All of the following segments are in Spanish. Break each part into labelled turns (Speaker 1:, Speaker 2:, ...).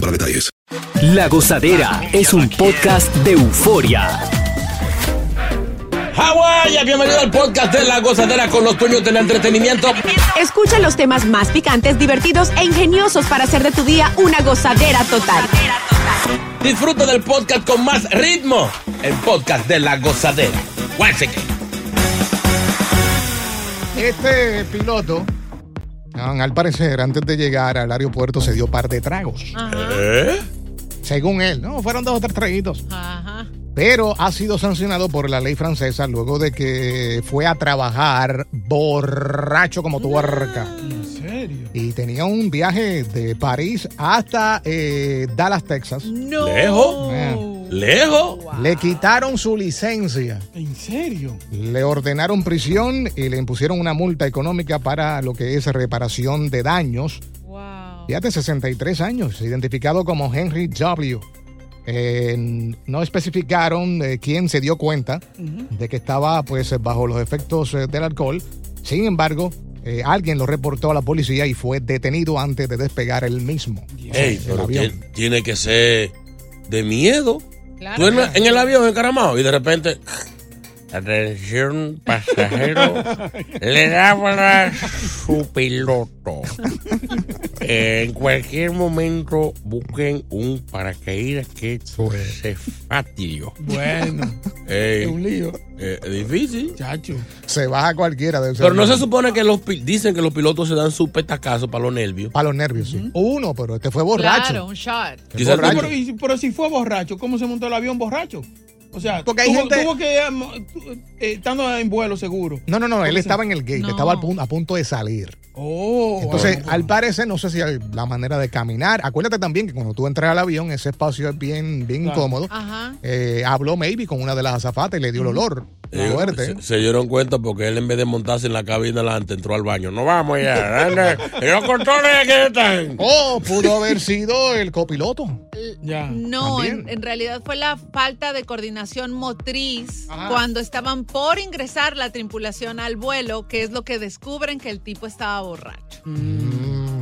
Speaker 1: para detalles.
Speaker 2: La Gozadera es un podcast de euforia.
Speaker 3: Hawái, bienvenido al podcast de La Gozadera con los dueños del entretenimiento.
Speaker 4: Escucha los temas más picantes, divertidos e ingeniosos para hacer de tu día una gozadera total.
Speaker 3: Disfruta del podcast con más ritmo. El podcast de La Gozadera. Guáchate.
Speaker 5: Este piloto, ah, al parecer, antes de llegar al aeropuerto, se dio par de tragos.
Speaker 6: ¿Eh?
Speaker 5: Según él, no, fueron dos o tres traguitos. Pero ha sido sancionado por la ley francesa luego de que fue a trabajar borracho como tu barca.
Speaker 6: ¿En serio?
Speaker 5: Y tenía un viaje de París hasta eh, Dallas, Texas. Ah.
Speaker 6: No.
Speaker 3: ¿Lejos? ¿Lejos?
Speaker 5: Le quitaron su licencia.
Speaker 6: ¿En serio?
Speaker 5: Le ordenaron prisión y le impusieron una multa económica para lo que es reparación de daños. Fíjate, 63 años, identificado como Henry W. Eh, no especificaron eh, quién se dio cuenta de que estaba pues bajo los efectos eh, del alcohol. Sin embargo, eh, alguien lo reportó a la policía y fue detenido antes de despegar él mismo.
Speaker 3: Ey,
Speaker 5: El
Speaker 3: pero
Speaker 5: avión.
Speaker 3: tie- tiene que ser de miedo. Tú en, la- en el avión encaramado y de repente. Atención, pasajero. le da a su piloto. en cualquier momento busquen un paracaídas que se fatillo.
Speaker 6: Bueno, es un
Speaker 3: Ey,
Speaker 6: lío,
Speaker 3: eh, difícil.
Speaker 6: chacho.
Speaker 5: Se baja cualquiera de
Speaker 3: Pero no se supone que los pi- dicen que los pilotos se dan su petacazo para los nervios.
Speaker 5: Para los nervios, sí. Uno, pero este fue borracho.
Speaker 7: Claro, un shot.
Speaker 5: Este
Speaker 3: Quizás-
Speaker 5: borracho.
Speaker 6: Pero, y- pero si fue borracho, ¿cómo se montó el avión borracho? O sea,
Speaker 5: Porque hay
Speaker 6: tuvo,
Speaker 5: gente-
Speaker 6: tuvo que eh, mo- tu- eh, estando en vuelo seguro.
Speaker 5: No, no, no, él estaba en el gate,
Speaker 7: No.
Speaker 5: estaba al pun- a punto de salir.
Speaker 6: Oh,
Speaker 5: Entonces,
Speaker 6: bueno.
Speaker 5: al parecer, no sé si hay la manera de caminar. Acuérdate también que cuando tú entras al avión, ese espacio es bien, bien
Speaker 6: Claro.
Speaker 5: incómodo.
Speaker 7: Ajá.
Speaker 5: Eh, habló maybe con una de las azafatas y le dio el olor.
Speaker 3: Eh,
Speaker 5: Fuerte.
Speaker 3: Se, se dieron cuenta porque él en vez de montarse en la cabina delante entró al baño. No vamos ya. anda, Los controles aquí están.
Speaker 5: O Oh, pudo haber sido el copiloto.
Speaker 6: Ya.
Speaker 7: No, en,
Speaker 5: También.
Speaker 7: en realidad fue la falta de coordinación motriz
Speaker 5: Ajá.
Speaker 7: cuando estaban por ingresar la tripulación al vuelo, que es lo que descubren que el tipo estaba borracho.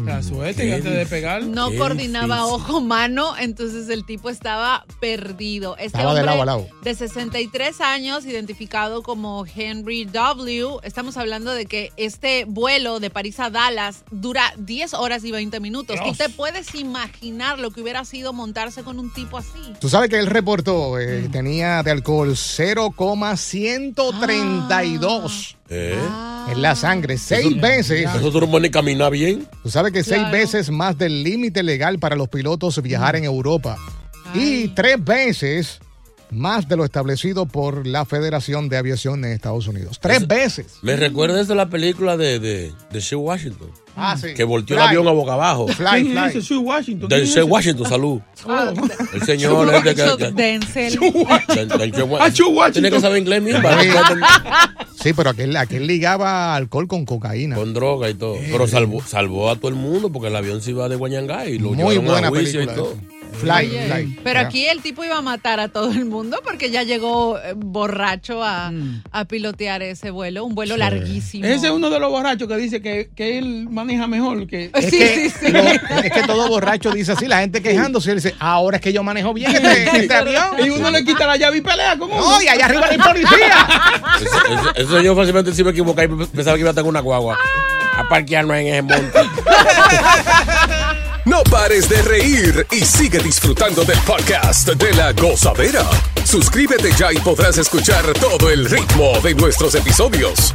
Speaker 6: La suerte
Speaker 3: Qué
Speaker 6: que antes de pegar.
Speaker 7: No
Speaker 3: Qué
Speaker 7: coordinaba
Speaker 3: difícil.
Speaker 7: ojo-mano, entonces el tipo estaba perdido. Este
Speaker 5: Estaba de
Speaker 7: hombre
Speaker 5: lado a lado.
Speaker 7: de 63 años, identificado como Henry W., estamos hablando de que este vuelo de París a Dallas dura 10 horas y 20 minutos. ¿Tú
Speaker 6: Dios.
Speaker 7: te puedes imaginar lo que hubiera sido montarse con un tipo así?
Speaker 5: Tú sabes que él reportó eh, tenía de alcohol 0,132
Speaker 3: Eh,
Speaker 5: en la sangre. Seis veces.
Speaker 3: Eso tú no puedes ni caminar bien.
Speaker 5: Tú sabes que seis
Speaker 7: Claro.
Speaker 5: veces más del límite legal para los pilotos viajar en Europa. Y
Speaker 7: Ay.
Speaker 5: tres veces más de lo establecido por la Federación de Aviación en Estados Unidos. Tres
Speaker 3: Eso-
Speaker 5: veces.
Speaker 3: Me recuerda eso a la película de, de, de Shea Washington.
Speaker 5: Ah, sí.
Speaker 3: Que volteó el
Speaker 5: Fly,
Speaker 3: avión a boca abajo.
Speaker 5: Fly,
Speaker 6: ¿Quién es
Speaker 5: fly.
Speaker 6: ese? Sue Washington.
Speaker 3: De
Speaker 6: ¿Quién es
Speaker 3: Shea
Speaker 6: ese?
Speaker 3: Washington, salud.
Speaker 7: Ah,
Speaker 6: Oh.
Speaker 3: El señor este que- que-
Speaker 7: Denzel.
Speaker 3: del- del Shea
Speaker 6: Ah, Shea
Speaker 3: Washington.
Speaker 6: Washington.
Speaker 3: Tiene que saber inglés mismo. para no estar
Speaker 5: Sí, pero aquel, aquel ligaba alcohol con cocaína.
Speaker 3: Con droga y todo.
Speaker 5: Eh.
Speaker 3: Pero salvó, salvó a todo el mundo porque el avión se iba de Guayangay y lo
Speaker 5: Muy
Speaker 3: llevaron
Speaker 5: buena
Speaker 3: a juicio
Speaker 5: película.
Speaker 3: y todo.
Speaker 5: esa. Fly,
Speaker 7: Oye,
Speaker 5: fly.
Speaker 7: Pero
Speaker 5: Ya.
Speaker 7: aquí el tipo iba a matar a todo el mundo porque ya llegó eh, borracho a, a pilotear ese vuelo, un vuelo larguísimo.
Speaker 6: Mm. Ese es uno de los borrachos que dice que, que él maneja mejor que.
Speaker 7: Sí,
Speaker 5: Es, que
Speaker 7: sí, sí.
Speaker 5: lo- es que todo borracho dice así, la gente quejándose, él dice, ahora es que yo manejo bien este, este avión.
Speaker 6: Y uno le quita la llave y pelea con uno.
Speaker 5: ¡No, y allá arriba no hay policía!
Speaker 3: Ese, ese- ese señor fácilmente se iba a equivocar y pensaba que iba a tener una guagua. A parquearnos en ese monte.
Speaker 1: No pares de reír y sigue disfrutando del podcast de la gozadera. Suscríbete ya y podrás escuchar todo el ritmo de nuestros episodios.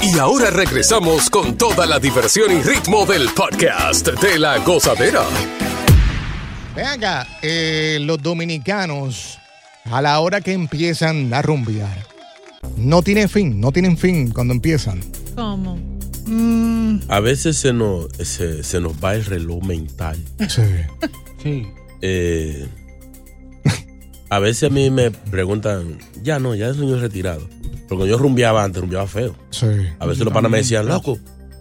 Speaker 1: Y ahora regresamos con toda la diversión y ritmo del podcast de la gozadera.
Speaker 5: Ven acá, eh, los dominicanos, a la hora que empiezan a rumbear, no tienen fin, no tienen fin cuando empiezan.
Speaker 7: ¿Cómo?
Speaker 3: A veces se nos, se, se nos va el reloj mental.
Speaker 5: Sí.
Speaker 6: Sí.
Speaker 3: Eh, a veces a mí me preguntan, ya no, ya soy yo retirado. Porque cuando yo rumbeaba antes, rumbeaba feo.
Speaker 5: Sí.
Speaker 3: A veces los panas me decían, loco,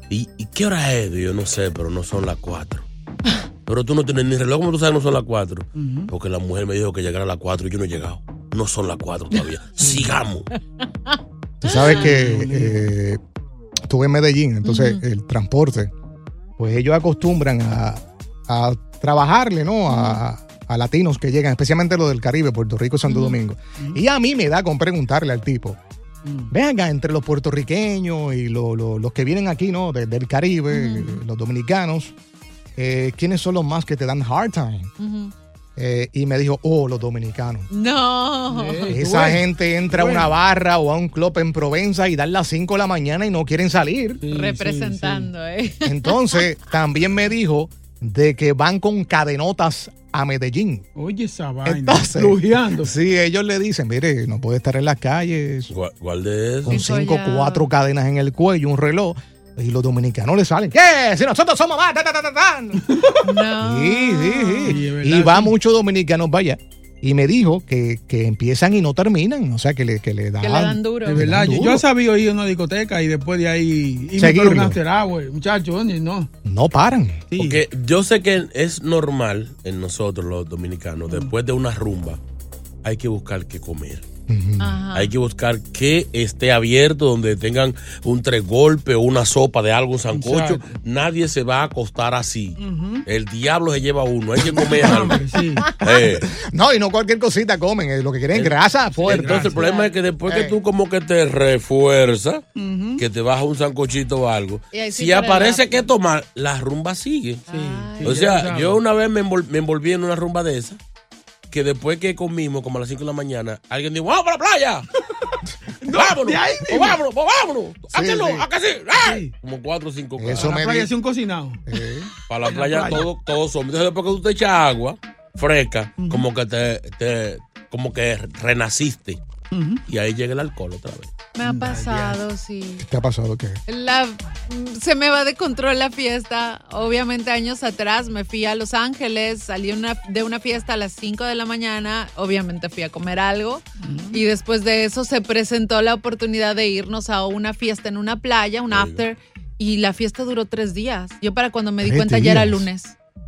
Speaker 3: ¿y, y qué hora es? Y yo no sé, pero no son las 4. Pero tú no tienes ni reloj, como tú sabes, no son las 4. Porque la mujer me dijo que llegara a las 4 y yo no he llegado. No son las 4 todavía. Sigamos.
Speaker 5: Tú sabes que eh, estuve en Medellín, entonces el transporte, pues ellos acostumbran a, a trabajarle, ¿no? A, a latinos que llegan, especialmente los del Caribe, Puerto Rico y Santo Domingo. Y a mí me da con preguntarle al tipo, venga, entre los puertorriqueños y lo- lo- los que vienen aquí, ¿no? De- del Caribe, eh, los dominicanos, eh, ¿quiénes son los más que te dan hard time? Eh, y me dijo, oh, los dominicanos.
Speaker 7: No.
Speaker 6: Eh,
Speaker 5: Esa gente entra a una barra o a un club en Provenza y dan las 5 de la mañana y no quieren salir.
Speaker 7: Representando, ¿eh?
Speaker 5: Entonces, también me dijo de que van con cadenotas a Medellín.
Speaker 6: Oye, esa vaina.
Speaker 5: Entonces,
Speaker 6: Lujeando.
Speaker 5: sí, ellos le dicen, mire, no puede estar en las calles
Speaker 3: Gua- Guarde eso.
Speaker 5: con
Speaker 7: Eso
Speaker 5: cinco,
Speaker 7: ya.
Speaker 5: cuatro cadenas en el cuello, un reloj. Y los dominicanos le salen, ¿qué? Si nosotros somos más. ta, ta, ta, ta, ta".
Speaker 7: No.
Speaker 5: Sí, sí, sí.
Speaker 6: Sí, es verdad,
Speaker 5: Y va
Speaker 6: sí.
Speaker 5: muchos dominicanos, vaya. Y me dijo que, que empiezan y no terminan. O sea, que le, que le dan.
Speaker 7: Que le dan duro.
Speaker 6: De verdad, yo,
Speaker 5: Duro.
Speaker 6: yo sabía ir a una discoteca y después de ahí irme
Speaker 5: Seguirlo.
Speaker 6: para un after hour, muchachos, oye, no.
Speaker 5: No paran.
Speaker 6: Sí.
Speaker 3: Porque yo sé que es normal en nosotros los dominicanos,
Speaker 6: Mm.
Speaker 3: después de una rumba, hay que buscar qué comer.
Speaker 6: Ah.
Speaker 7: Ajá.
Speaker 3: Hay que buscar que esté abierto, donde tengan un tres golpe o una sopa de algo, un sancocho.
Speaker 6: Exacto.
Speaker 3: Nadie se va a acostar así. El diablo se lleva a uno, hay que comer algo.
Speaker 6: Hombre, sí.
Speaker 3: Eh,
Speaker 5: No, y no cualquier cosita comen. eh, Lo que quieren es grasa fuerte.
Speaker 3: Entonces el problema es que después que
Speaker 5: Eh.
Speaker 3: tú como que te refuerzas, que te bajas un sancochito o algo,
Speaker 7: Y ahí sí
Speaker 3: si
Speaker 7: para
Speaker 3: aparece
Speaker 7: la-
Speaker 3: que tomar, la rumba sigue. O
Speaker 6: Sí, ya lo
Speaker 3: sea,
Speaker 6: sabes.
Speaker 3: yo una vez me, envol- me envolví en una rumba de esa, que después que comimos, como a las 5 de la mañana, alguien dijo, ¡vamos para la playa! ¡Vámonos!
Speaker 6: de ahí
Speaker 3: pues ¡Vámonos! pues ¡Vámonos!
Speaker 5: Sí,
Speaker 3: ¡Háganlo!
Speaker 5: sí.
Speaker 3: háganse, ¡ah!
Speaker 6: Sí.
Speaker 3: Como cuatro o cinco
Speaker 5: Eso
Speaker 6: A
Speaker 3: caras.
Speaker 6: la
Speaker 5: me
Speaker 6: playa
Speaker 5: di-
Speaker 6: sí, un cocinado.
Speaker 5: Eh,
Speaker 3: Para la playa todos todo son. Entonces después que tú te echas agua fresca, como que te, te- como que renaciste. Y ahí llega el alcohol otra vez.
Speaker 7: Me ha pasado, sí.
Speaker 5: ¿Qué te ha pasado? ¿Qué?
Speaker 7: La, se me va de control la fiesta. Obviamente años atrás me fui a Los Ángeles, salí una- de una fiesta a las 5 de la mañana, obviamente fui a comer algo y después de eso se presentó la oportunidad de irnos a una fiesta en una playa, un after, y la fiesta duró tres días. Yo para cuando me di
Speaker 5: Tres
Speaker 7: cuenta ya era
Speaker 5: días.
Speaker 7: lunes.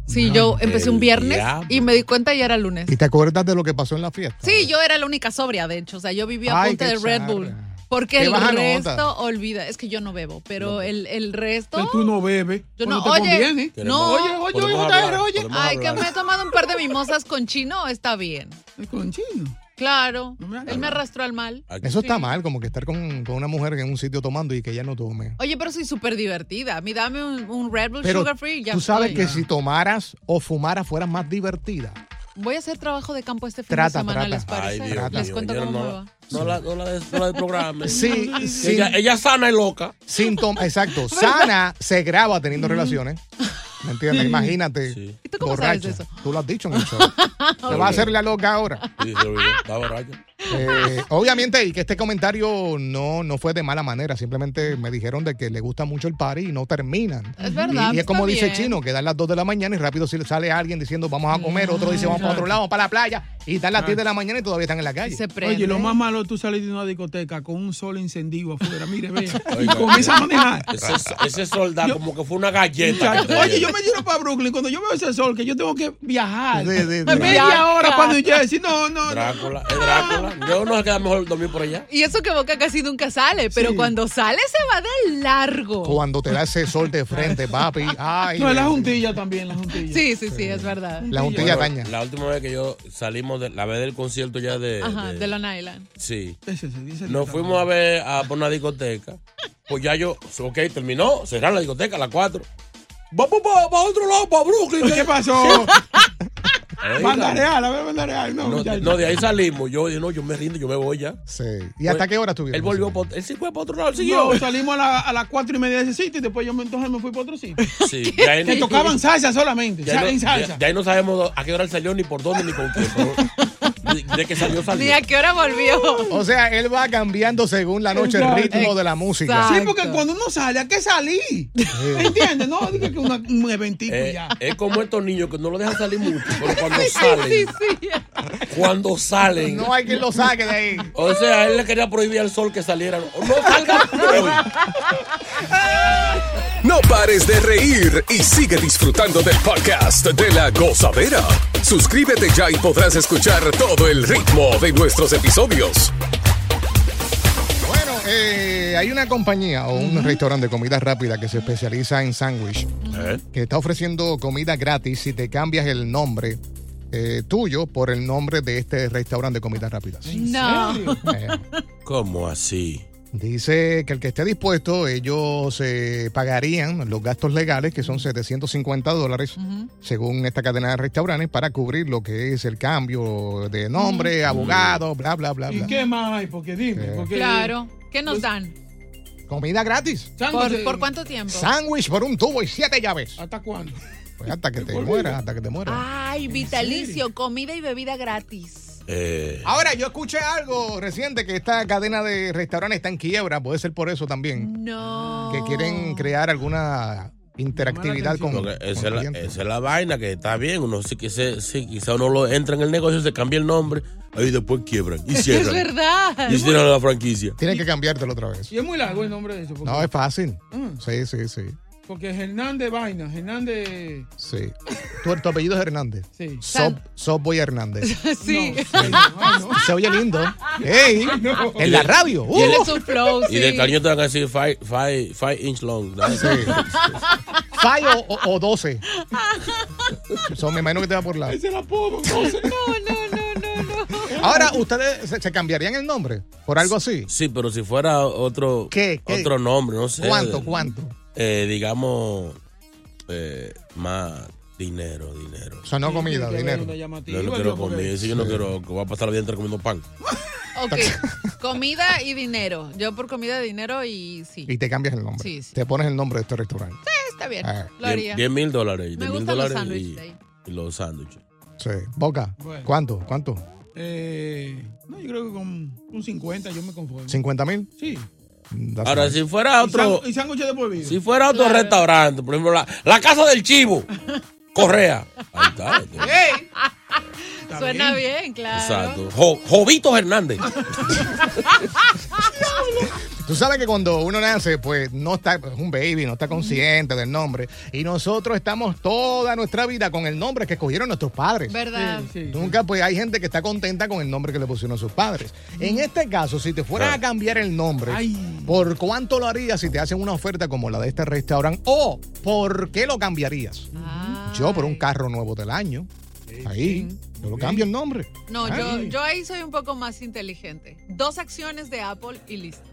Speaker 7: Sí, yo empecé un
Speaker 3: el
Speaker 7: viernes
Speaker 3: diablo.
Speaker 7: y me di cuenta ya era lunes.
Speaker 5: ¿Y te acuerdas de lo que pasó en la fiesta?
Speaker 7: Sí, yo era la única sobria, de hecho. O sea, yo vivía a
Speaker 5: Ay,
Speaker 7: punta
Speaker 5: qué
Speaker 7: de Red
Speaker 5: charra.
Speaker 7: Bull.
Speaker 5: Qué
Speaker 7: Porque el
Speaker 5: baja nota.
Speaker 7: resto, olvida, es que yo no bebo, pero el, el resto...
Speaker 6: Que tú no bebes.
Speaker 7: Yo
Speaker 6: cuando
Speaker 7: no-
Speaker 6: te
Speaker 7: oye,
Speaker 6: conviene.
Speaker 7: no.
Speaker 6: Oye, oye, oye,
Speaker 3: Podemos
Speaker 6: JR,
Speaker 3: hablar,
Speaker 6: oye.
Speaker 3: podemos
Speaker 7: Ay, que
Speaker 3: hablar.
Speaker 7: me he tomado un par de mimosas con chino, está bien.
Speaker 6: Con chino.
Speaker 7: Claro,
Speaker 6: No me hagas
Speaker 7: él me
Speaker 6: nada.
Speaker 7: arrastró al mal.
Speaker 3: Aquí-
Speaker 5: Eso está mal, como que estar con, con una mujer en un sitio tomando y que ella no tome.
Speaker 7: Oye, pero soy súper divertida. A mí dame un, un Red Bull
Speaker 5: Pero
Speaker 7: Sugar Free y ya
Speaker 5: tú sabes
Speaker 7: estoy.
Speaker 5: que si tomaras o fumaras fueras más divertida.
Speaker 7: Voy a hacer trabajo de campo este fin
Speaker 5: Trata,
Speaker 7: de semana,
Speaker 5: trata.
Speaker 7: ¿les parece?
Speaker 3: Ay, Dios
Speaker 7: Les
Speaker 3: mío,
Speaker 7: cuento
Speaker 3: yo
Speaker 7: cómo
Speaker 3: no-
Speaker 7: me va.
Speaker 3: No la, no la, des- no la desprogrames.
Speaker 5: Sí, sí.
Speaker 3: Ella, ella sana y loca.
Speaker 5: Síntoma, exacto. Sana se graba teniendo relaciones. ¿Me entiendes? Imagínate.
Speaker 7: ¿Y tú cómo sabes
Speaker 5: borracha.
Speaker 7: de eso?
Speaker 5: Tú lo has dicho en el show. Te vas a hacer la loca ahora.
Speaker 3: Sí, se olvidó. Está borracho.
Speaker 5: Eh, obviamente, y que este comentario no, no fue de mala manera. Simplemente me dijeron de que le gusta mucho el party y no terminan.
Speaker 7: Es verdad,
Speaker 5: Y, y es
Speaker 7: está
Speaker 5: como dice
Speaker 7: bien.
Speaker 5: Chino, que dan las 2 de la mañana y rápido si sale alguien diciendo vamos a comer, otro dice vamos para otro lado, vamos para la playa, y dan las 10 de la mañana y todavía están en la calle.
Speaker 7: Se prende.
Speaker 6: Oye, lo más malo es tú salir de una discoteca con un sol encendido afuera. Mire, ve. Y
Speaker 3: Oiga,
Speaker 6: comienza a manejar.
Speaker 3: Ese, ese soldado como que fue una galleta. que
Speaker 6: Muchacho,
Speaker 3: te
Speaker 6: Oye, yo
Speaker 3: dieron.
Speaker 6: me tiro para Brooklyn. Cuando yo veo ese sol, que yo tengo que viajar.
Speaker 5: Sí, sí, sí.
Speaker 6: Media hora para New Jersey. No, no, no.
Speaker 3: Drácula, es Drácula. Yo no sé queda mejor dormir por allá.
Speaker 7: Y eso que Boca casi nunca sale, pero
Speaker 6: Sí.
Speaker 7: cuando sale se va de largo.
Speaker 5: Cuando te da ese sol de frente, papi. Ay,
Speaker 6: No, es la juntilla también, la juntilla.
Speaker 7: Sí, sí, sí, es verdad.
Speaker 5: la juntilla
Speaker 3: Bueno,
Speaker 5: daña.
Speaker 3: La última vez que yo salimos, de, la vez del concierto ya de.
Speaker 7: Ajá,
Speaker 3: de-
Speaker 7: de Long Island.
Speaker 3: Sí.
Speaker 6: Ese se dice
Speaker 3: Nos fuimos a ver a por una discoteca. Pues ya yo, ok, terminó, cerraron la discoteca a las 4. Vamos para otro lado, para Brooklyn. ¿eh?
Speaker 6: ¿Qué
Speaker 3: que-
Speaker 6: pasó?
Speaker 3: Oiga,
Speaker 6: Banda real, a ver, banda real. No,
Speaker 3: No,
Speaker 6: muchacho.
Speaker 3: de- no, de ahí salimos. Yo dije, no, yo me rindo, yo me voy ya.
Speaker 5: Sí. ¿Y hasta qué hora estuvieron?
Speaker 3: pues, Él volvió, pa- él sí fue para otro lado, él siguió.
Speaker 6: No, salimos a, la- a las cuatro y media de ese sitio y después yo me, entonces me fui para otro sitio.
Speaker 3: Sí, ya él-
Speaker 6: Que tocaban salsa solamente.
Speaker 3: Ya
Speaker 6: sa-
Speaker 3: no,
Speaker 6: en salsa.
Speaker 3: ya- ya ahí no sabemos a qué hora él salió, ni por dónde, ni con quién. pero de, de que salió, salió.
Speaker 7: Ni a qué hora volvió.
Speaker 5: O sea, él va cambiando según la noche el
Speaker 6: Exacto.
Speaker 5: ritmo de la música.
Speaker 6: Sí,
Speaker 7: Exacto.
Speaker 6: porque cuando uno sale, ¿a qué salí? ¿Entiendes? No, diga que una- un eventico
Speaker 3: Eh,
Speaker 6: pues ya.
Speaker 3: es como estos niños que no lo dejan salir mucho, pero cuando
Speaker 7: Sí,
Speaker 3: salen,
Speaker 7: sí.
Speaker 3: cuando salen.
Speaker 5: No hay quien lo saque de ahí.
Speaker 3: O sea, él le quería prohibir al sol que saliera. No salga hoy.
Speaker 1: No pares de reír y sigue disfrutando del podcast de la gozadera. Suscríbete ya y podrás escuchar todo el ritmo de nuestros episodios.
Speaker 5: Bueno, eh, hay una compañía o un restaurante de comida rápida que se especializa en sándwich
Speaker 3: ¿Eh?
Speaker 5: que está ofreciendo comida gratis si te cambias el nombre eh, tuyo por el nombre de este restaurante de comida rápida.
Speaker 7: No.
Speaker 5: Eh,
Speaker 3: ¿Cómo así?
Speaker 5: dice que el que esté dispuesto, ellos eh, pagarían los gastos legales que son 750 dólares según esta cadena de restaurantes para cubrir lo que es el cambio de nombre, abogado, bla, bla, bla,
Speaker 6: ¿Y
Speaker 5: bla.
Speaker 6: qué más hay? Porque dime. Porque
Speaker 7: Claro. ¿Qué nos dan?
Speaker 5: Comida gratis.
Speaker 6: Sándwich,
Speaker 7: ¿Por, por cuánto tiempo?
Speaker 5: Sándwich por un tubo y siete llaves.
Speaker 6: ¿Hasta cuándo?
Speaker 5: Pues hasta que te mueras, hasta que te mueras.
Speaker 3: Ah.
Speaker 7: Ay, vitalicio, comida y bebida gratis.
Speaker 3: Eh,
Speaker 5: Ahora, yo escuché algo reciente que esta cadena de restaurantes está en quiebra, puede ser por eso también,
Speaker 7: No.
Speaker 5: que quieren crear alguna interactividad con,
Speaker 3: porque esa,
Speaker 5: con
Speaker 3: es la,
Speaker 5: clientes.
Speaker 3: esa es la vaina que está bien. Uno sí que se- sí, quizá uno lo entra en el negocio, se cambia el nombre, ahí después quiebran y
Speaker 7: Es
Speaker 3: cierran.
Speaker 7: verdad.
Speaker 3: y cierran la franquicia.
Speaker 5: Tienes que cambiártelo otra vez.
Speaker 6: Y es muy largo el nombre de eso. Porque,
Speaker 5: No, es fácil.
Speaker 6: Mm.
Speaker 5: Sí, sí, sí.
Speaker 6: porque es Hernández Vaina, Hernández.
Speaker 5: sí. Tu, tu apellido es Hernández.
Speaker 6: Sí.
Speaker 5: Sob, Sobboy Hernández.
Speaker 7: Sí.
Speaker 6: No, sí, no, no.
Speaker 5: Se oye lindo. ¡Ey! En la radio.
Speaker 7: Y él
Speaker 5: Uh.
Speaker 7: es un flow,
Speaker 3: Y de
Speaker 7: Oh, sí. Ah,
Speaker 3: cariño te van a decir five, five, five inch long. ¿no?
Speaker 5: Fallo o, o 12. Son, me imagino que te va por lado.
Speaker 6: Ese era apodo, entonces.
Speaker 7: No, no, no, no, no.
Speaker 5: Ahora, ¿ustedes se, se cambiarían el nombre? ¿Por algo así?
Speaker 3: Sí, pero si fuera otro,
Speaker 5: ¿Qué? ¿Qué?
Speaker 3: otro nombre, no sé.
Speaker 5: ¿Cuánto? ¿Cuánto?
Speaker 3: Eh, digamos, eh, más dinero, dinero.
Speaker 5: O sea, no comida,
Speaker 6: Que
Speaker 5: dinero.
Speaker 6: venda
Speaker 3: Yo
Speaker 6: llamativo,
Speaker 3: no
Speaker 6: yo
Speaker 3: quiero
Speaker 6: porque-
Speaker 3: comer, si yo no quiero que voy a pasar la vida entera comiendo pan.
Speaker 7: Ok, comida y dinero. Yo por comida, dinero y sí.
Speaker 5: Y te cambias el nombre.
Speaker 7: Sí, sí.
Speaker 5: Te pones el nombre de este restaurante.
Speaker 7: Está bien,
Speaker 5: Ah.
Speaker 7: lo haría.
Speaker 3: 10 mil dólares.
Speaker 7: Me
Speaker 3: 10 mil
Speaker 7: gustan los
Speaker 3: dólares
Speaker 7: sándwiches
Speaker 3: y,
Speaker 7: de ahí.
Speaker 3: y los sándwiches.
Speaker 5: Sí. Boca.
Speaker 6: Bueno.
Speaker 5: ¿Cuánto? ¿Cuánto?
Speaker 6: Eh, no, yo creo que con un 50 yo me conformo.
Speaker 5: ¿50 mil?
Speaker 6: Sí.
Speaker 3: Ahora, si fuera Ah, otro,
Speaker 6: Y sándwiches de por vida.
Speaker 3: si fuera otro restaurante, por ejemplo, la, la casa del chivo, Correa. Ahí está. este.
Speaker 6: Está
Speaker 7: Suena bien, claro.
Speaker 3: Exacto. Jo- Jovito Hernández.
Speaker 5: Tú sabes que cuando uno nace, pues no está, es un baby, no está consciente del nombre. Y nosotros estamos toda nuestra vida con el nombre que escogieron nuestros padres.
Speaker 7: ¿Verdad?
Speaker 6: Sí, sí.
Speaker 5: Nunca, pues hay gente que está contenta con el nombre que le pusieron a sus padres. En este caso, si te fueras a cambiar el nombre,
Speaker 6: Ay.
Speaker 5: ¿por cuánto lo harías si te hacen una oferta como la de este restaurante? ¿O por qué lo cambiarías?
Speaker 7: Ah,
Speaker 5: Yo por un carro nuevo del año. Ahí, yo lo cambio el nombre.
Speaker 7: No,
Speaker 5: Ah,
Speaker 7: yo,
Speaker 5: sí.
Speaker 7: yo ahí soy un poco más inteligente. Dos acciones de Apple y listo.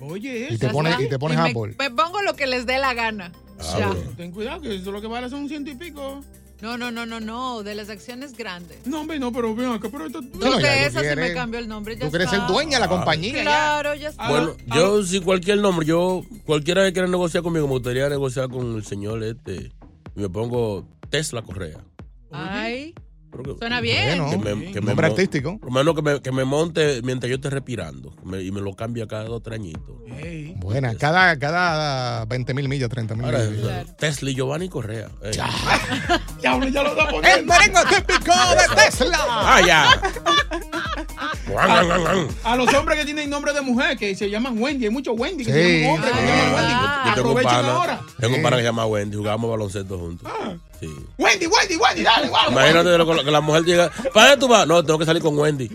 Speaker 6: Oye,
Speaker 5: Y te
Speaker 6: eso.
Speaker 5: pones, y te pones
Speaker 7: me-
Speaker 5: Apple.
Speaker 7: Me, pongo lo que les dé la gana.
Speaker 3: Ah,
Speaker 7: ya.
Speaker 3: bueno.
Speaker 6: Ten cuidado, que eso lo que vale son un ciento y pico.
Speaker 7: No, no, no, no, no, de las acciones grandes.
Speaker 6: No, hombre, no, pero ven acá, pero esto...
Speaker 7: No sé, esa se me cambió el nombre. Ya
Speaker 5: Tú quieres ser
Speaker 7: está.
Speaker 5: dueña de la compañía.
Speaker 7: Claro, ya está.
Speaker 3: Bueno, yo sin cualquier nombre, yo, cualquiera que quiera negociar conmigo, me gustaría negociar con el señor este. y Me pongo Tesla Correa.
Speaker 7: Ay,
Speaker 3: Creo que-
Speaker 7: Suena bien.
Speaker 3: Que me- que me
Speaker 5: Nombre
Speaker 3: mo-
Speaker 5: artístico.
Speaker 3: Por lo menos que me, que me monte mientras yo esté respirando me- y me lo cambia cada dos tres añitos.
Speaker 5: Buena, cada, cada 20 mil millas, 30 mil
Speaker 3: Ahora,
Speaker 5: millas.
Speaker 3: Tesla y Giovanni Correa. eh. Ey.
Speaker 6: Ya, hombre, ya lo está poniendo.
Speaker 5: ¡El merengue típico de Tesla!
Speaker 3: ¡Ah, ya! Guan, guan, guan, guan.
Speaker 6: A los hombres que tienen nombre de mujer, que se llaman Wendy, hay muchos Wendy que
Speaker 3: Sí. Ah.
Speaker 6: se llaman hombres que se llaman Wendy.
Speaker 3: Yo tengo un
Speaker 6: Ah, Aprovechen
Speaker 3: pana,
Speaker 6: ahora. Ah.
Speaker 3: tengo un pana que se llama Wendy, jugábamos baloncesto juntos. Sí.
Speaker 6: Wendy, Wendy, Wendy, dale, guau.
Speaker 3: Imagínate de lo que la- que la mujer llega. ¿Para dónde tú vas? No, tengo que salir con Wendy.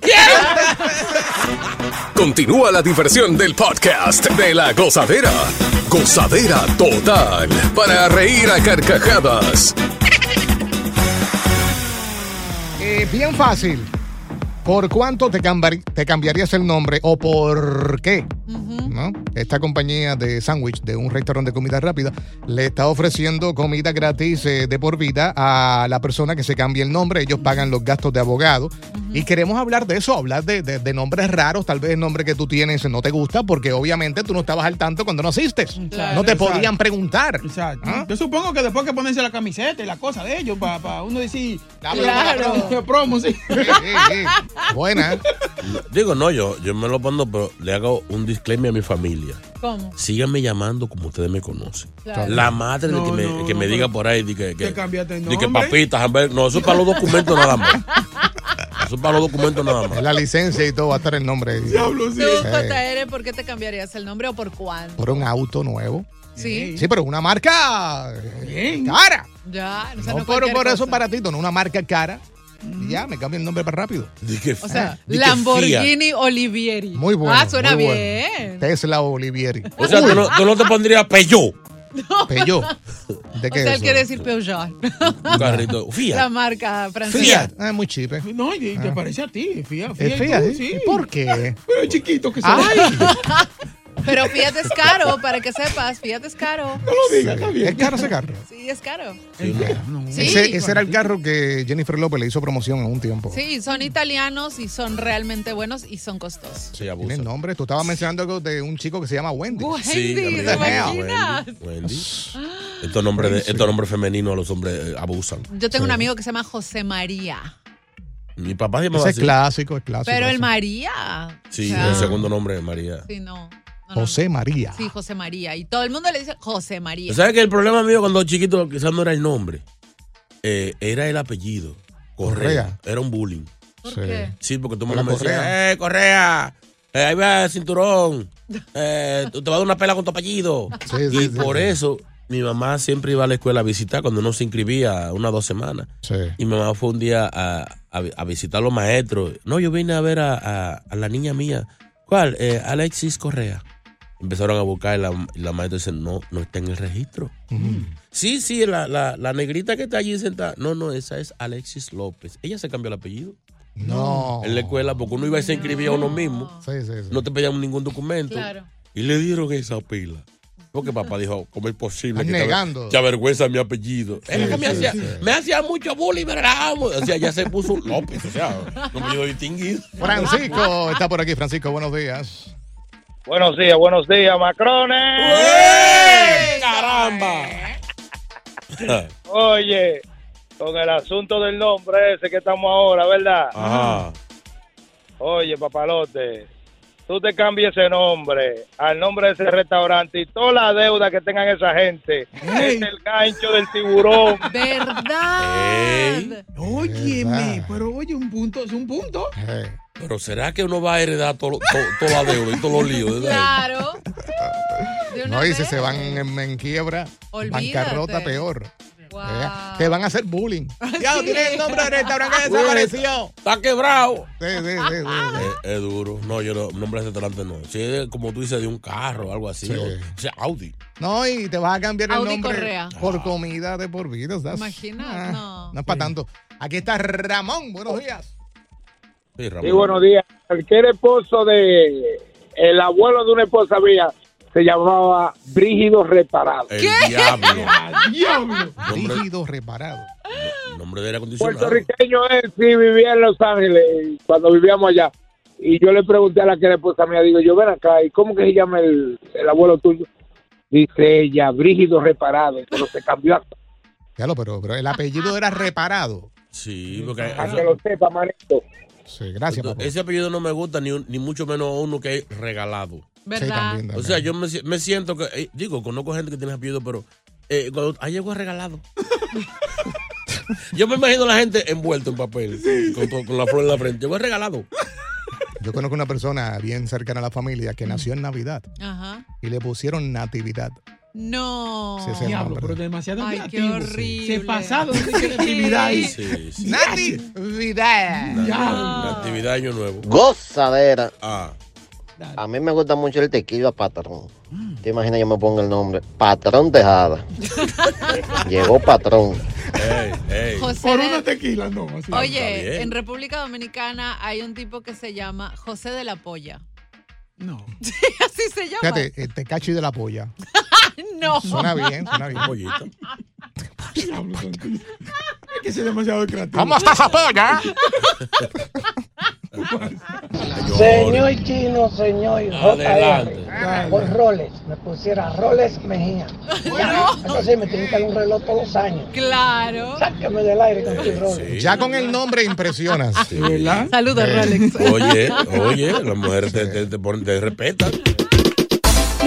Speaker 8: Continúa la diversión del podcast de la gozadera. Gozadera total. Para reír a carcajadas.
Speaker 5: Eh, bien fácil. ¿Por cuánto te, cambiar- te cambiarías el nombre o por qué? ¿No? Esta compañía de sándwich de un restaurante de comida rápida le está ofreciendo comida gratis eh, de por vida a la persona que se cambie el nombre. Ellos pagan los gastos de abogado. Y queremos hablar de eso, hablar de, de- de nombres raros. Tal vez el nombre que tú tienes no te gusta porque obviamente tú no estabas al tanto cuando naciste. no te
Speaker 6: Exacto.
Speaker 5: podían preguntar. ¿Ah?
Speaker 6: Yo supongo que después que ponerse la camiseta y la cosa de ellos, para uno decir,
Speaker 5: Claro.
Speaker 6: promo, promo, sí.
Speaker 5: Buena.
Speaker 3: Digo, no, yo, yo me lo pongo, pero le hago un disclaimer a mi familia.
Speaker 7: ¿Cómo?
Speaker 3: Síganme llamando como ustedes me conocen.
Speaker 7: Claro.
Speaker 3: La madre de que
Speaker 6: No,
Speaker 3: me,
Speaker 6: no,
Speaker 3: que me
Speaker 6: no,
Speaker 3: diga por ahí, di que, que-
Speaker 6: Te cambiaste el
Speaker 3: di que
Speaker 6: nombre.
Speaker 3: papitas, hamburguesas. no, eso es para los documentos nada más. Eso es para los documentos nada más.
Speaker 5: En la licencia y todo va a estar el nombre.
Speaker 6: Diablo,
Speaker 7: Tú, JR, ¿por qué te cambiarías el nombre o por cuánto?
Speaker 5: por un auto nuevo.
Speaker 7: Sí.
Speaker 5: Sí, pero una marca eh, cara.
Speaker 7: Ya, o sea,
Speaker 5: no por,
Speaker 7: no cualquier
Speaker 5: por esos
Speaker 7: cosa.
Speaker 5: baratitos, no una marca cara. Y ya, me cambio el nombre para rápido.
Speaker 7: O
Speaker 5: Ah,
Speaker 7: sea, Lamborghini Olivieri.
Speaker 5: Muy bueno.
Speaker 7: Ah, suena
Speaker 5: muy bueno.
Speaker 7: bien.
Speaker 5: Tesla Olivieri.
Speaker 3: O sea, tú no, tú no te pondrías Peugeot.
Speaker 5: Peugeot. ¿De
Speaker 7: O
Speaker 5: qué
Speaker 7: sea,
Speaker 5: es
Speaker 7: él quiere
Speaker 5: eso?
Speaker 7: decir Peugeot.
Speaker 3: Un carrito.
Speaker 7: La
Speaker 3: Fiat.
Speaker 7: marca francesa.
Speaker 5: Fiat. Ah, muy chipe.
Speaker 6: No, y te parece a ti, fía, fía.
Speaker 5: Ah. Es
Speaker 6: y
Speaker 5: Fiat,
Speaker 6: tú,
Speaker 5: ¿eh? ¿Y ¿Por qué?
Speaker 7: Pues
Speaker 5: Ah,
Speaker 6: Pero es chiquito que se
Speaker 5: Ay,
Speaker 7: Pero Fiat es caro, para que sepas. Fiat es caro.
Speaker 6: No lo digas, está bien.
Speaker 5: es caro ese carro.
Speaker 7: Sí, es caro. Sí.
Speaker 5: Ese, ese era el carro que Jennifer López le hizo promoción en un tiempo.
Speaker 7: Sí, son italianos y son realmente buenos y son costosos.
Speaker 5: Tiene el nombre. Tú estabas mencionando algo de un chico que se llama Wendy.
Speaker 7: Wendy, ¿te
Speaker 3: Ah,
Speaker 7: imaginas?
Speaker 3: Wendy. Estos nombres, de- estos nombres femeninos los hombres eh, abusan.
Speaker 7: Yo tengo un amigo que se llama José María.
Speaker 3: Mi papá se llamaba
Speaker 5: Ese es
Speaker 3: así.
Speaker 5: clásico, es clásico.
Speaker 7: Pero el
Speaker 5: ese.
Speaker 7: María.
Speaker 3: Sí,
Speaker 7: o sea,
Speaker 3: el segundo nombre es María.
Speaker 7: Sí, no. no, no,
Speaker 5: José María.
Speaker 7: no. Sí, José María. Y todo el mundo le dice José María.
Speaker 3: ¿Sabes que el problema mío cuando chiquito quizás no era el nombre? Eh, era el apellido. Correa. Era un bullying.
Speaker 7: ¿Por qué?
Speaker 3: Sí, porque tú
Speaker 5: Hola,
Speaker 3: me
Speaker 5: Correa.
Speaker 3: decías, ¡eh, Correa! eh, ahí va el cinturón. eh, tú te vas a dar una pela con tu apellido.
Speaker 5: Sí, sí,
Speaker 3: y
Speaker 5: sí,
Speaker 3: por
Speaker 5: sí.
Speaker 3: eso mi mamá siempre iba a la escuela a visitar cuando no se inscribía unas dos semanas.
Speaker 5: Sí.
Speaker 3: Y mi mamá fue un día a, a- a visitar a los maestros. No, yo vine a ver a, a- a la niña mía. ¿Cuál? Eh, Alexis Correa. Empezaron a buscar y la, y la maestra dice, no, no está en el registro. Sí, sí, la, la- la negrita que está allí sentada. No, no, esa es Alexis López. Ella se cambió el apellido
Speaker 5: No.
Speaker 3: en la escuela porque uno iba y se inscribía a uno mismo.
Speaker 5: Sí, sí, sí.
Speaker 3: No te pedían ningún documento.
Speaker 7: Claro.
Speaker 3: Y le dieron esa pila. Porque papá dijo, ¿cómo es posible?
Speaker 5: Están
Speaker 3: te aver-
Speaker 5: negando.
Speaker 3: Te avergüenza mi apellido. Era que me, hacía, me hacía mucho bullying, pero era amo. O sea, ya se puso López, o sea, un apellido distinguido.
Speaker 5: Francisco está por aquí. Francisco, buenos días.
Speaker 9: Buenos días, buenos días, Macrones.
Speaker 3: ¡Eh! ¡Caramba!
Speaker 9: Oye, con el asunto del nombre ese que estamos ahora, ¿verdad?
Speaker 3: Ajá.
Speaker 9: Oye, papalote, tú te cambies ese nombre al nombre de ese restaurante y toda la deuda que tengan esa gente es el gancho del tiburón.
Speaker 7: ¿Verdad?
Speaker 6: Óyeme, pero oye, un punto, es un punto.
Speaker 5: Eh,
Speaker 3: Pero ¿será que uno va a heredar todo, lo- todo, toda la deuda y todos los líos? ¿verdad?
Speaker 7: Claro. De una
Speaker 5: No, y si
Speaker 7: vez.
Speaker 5: se van en, en quiebra,
Speaker 7: Olvídate.
Speaker 5: bancarrota peor.
Speaker 7: Guau.
Speaker 5: Eh, Te van a hacer bullying.
Speaker 7: Ah, Sí.
Speaker 5: restaurante desapareció.
Speaker 3: Está quebrado.
Speaker 5: Sí, sí, sí, sí, sí.
Speaker 3: Es, es duro. No, yo no, nombre de restaurante no. Si es como tú dices, de un carro o algo así.
Speaker 5: Sí.
Speaker 3: O, o sea, Audi.
Speaker 5: No, y te vas a cambiar el
Speaker 7: Audi
Speaker 5: nombre
Speaker 7: Correa.
Speaker 3: Ah.
Speaker 5: por comida de por vida. ¿sabes?
Speaker 7: Imagina, no.
Speaker 5: No es para tanto. Aquí está Ramón,
Speaker 3: Oh.
Speaker 5: buenos días.
Speaker 3: Sí, Ramón.
Speaker 9: Y buenos días. Cualquier esposo de. El abuelo de una esposa mía se llamaba Brígido Reparado.
Speaker 3: El diablo.
Speaker 6: Diablo.
Speaker 3: Nombre-
Speaker 5: Rígido reparado.
Speaker 3: Nombre de aire acondicionado.
Speaker 9: Puertorriqueño él sí vivía en Los Ángeles cuando vivíamos allá. Y yo le pregunté a la que era esposa mía, digo, yo ven acá, ¿y cómo que se llama el, el abuelo tuyo? Dice ella, Brígido Reparado, pero se cambió hasta.
Speaker 5: Claro, pero, pero el apellido era reparado.
Speaker 3: Sí, porque
Speaker 6: Ah.
Speaker 9: Para Ah,
Speaker 3: eso-
Speaker 9: que lo sepa, manito.
Speaker 5: Sí, gracias, papá.
Speaker 3: ese apellido no me gusta, ni, un- ni mucho menos uno que es regalado.
Speaker 5: ¿Verdad? Sí, también,
Speaker 3: O
Speaker 5: también.
Speaker 3: sea, yo me, si- me siento que. eh, digo, conozco gente que tiene ese apellido, pero. Eh, cuando, ah, llegó regalado. yo me imagino a la gente envuelta en papel, con, to- con la flor en la frente. Llegó regalado.
Speaker 5: Yo conozco una persona bien cercana a la familia que nació en Navidad
Speaker 7: Ajá.
Speaker 5: y le pusieron Natividad.
Speaker 7: No.
Speaker 5: Sí, ese es el
Speaker 6: Diablo,
Speaker 5: nombre.
Speaker 6: pero demasiado
Speaker 7: Ay, qué
Speaker 6: creativo.
Speaker 7: horrible.
Speaker 6: Se pasaron de creatividad ahí.
Speaker 3: Sí, sí.
Speaker 6: Natividad.
Speaker 3: Actividad Año Nuevo.
Speaker 10: Gozadera.
Speaker 3: Ah.
Speaker 10: A mí me gusta mucho el tequila patrón. Te imaginas, yo me pongo el nombre. Patrón Tejada. Llegó patrón.
Speaker 7: José
Speaker 6: Por
Speaker 7: de-
Speaker 6: una tequila, no. así.
Speaker 7: Oye, en República Dominicana hay un tipo que se llama José de la Polla.
Speaker 5: No.
Speaker 7: Así se llama.
Speaker 5: Fíjate, eh, el Tecachi de la Polla.
Speaker 7: no.
Speaker 5: Suena bien, suena bien.
Speaker 6: Diablo, contigo. Es que soy demasiado creativo.
Speaker 5: ¿Cómo estás, apoya?
Speaker 11: Señor chino, señor
Speaker 3: Adelante.
Speaker 11: JR, por roles, me pusiera roles Mejía. Ya, eso sí, me tienen que dar un reloj todos los años.
Speaker 7: Claro.
Speaker 11: Sáqueme del aire con tus roles.
Speaker 5: Ya con el nombre impresionas.
Speaker 3: ¿Verdad?
Speaker 7: Saludos,
Speaker 5: Eh.
Speaker 7: Rolex.
Speaker 3: Oye, oye, las mujeres te, te, te ponen- te respetan.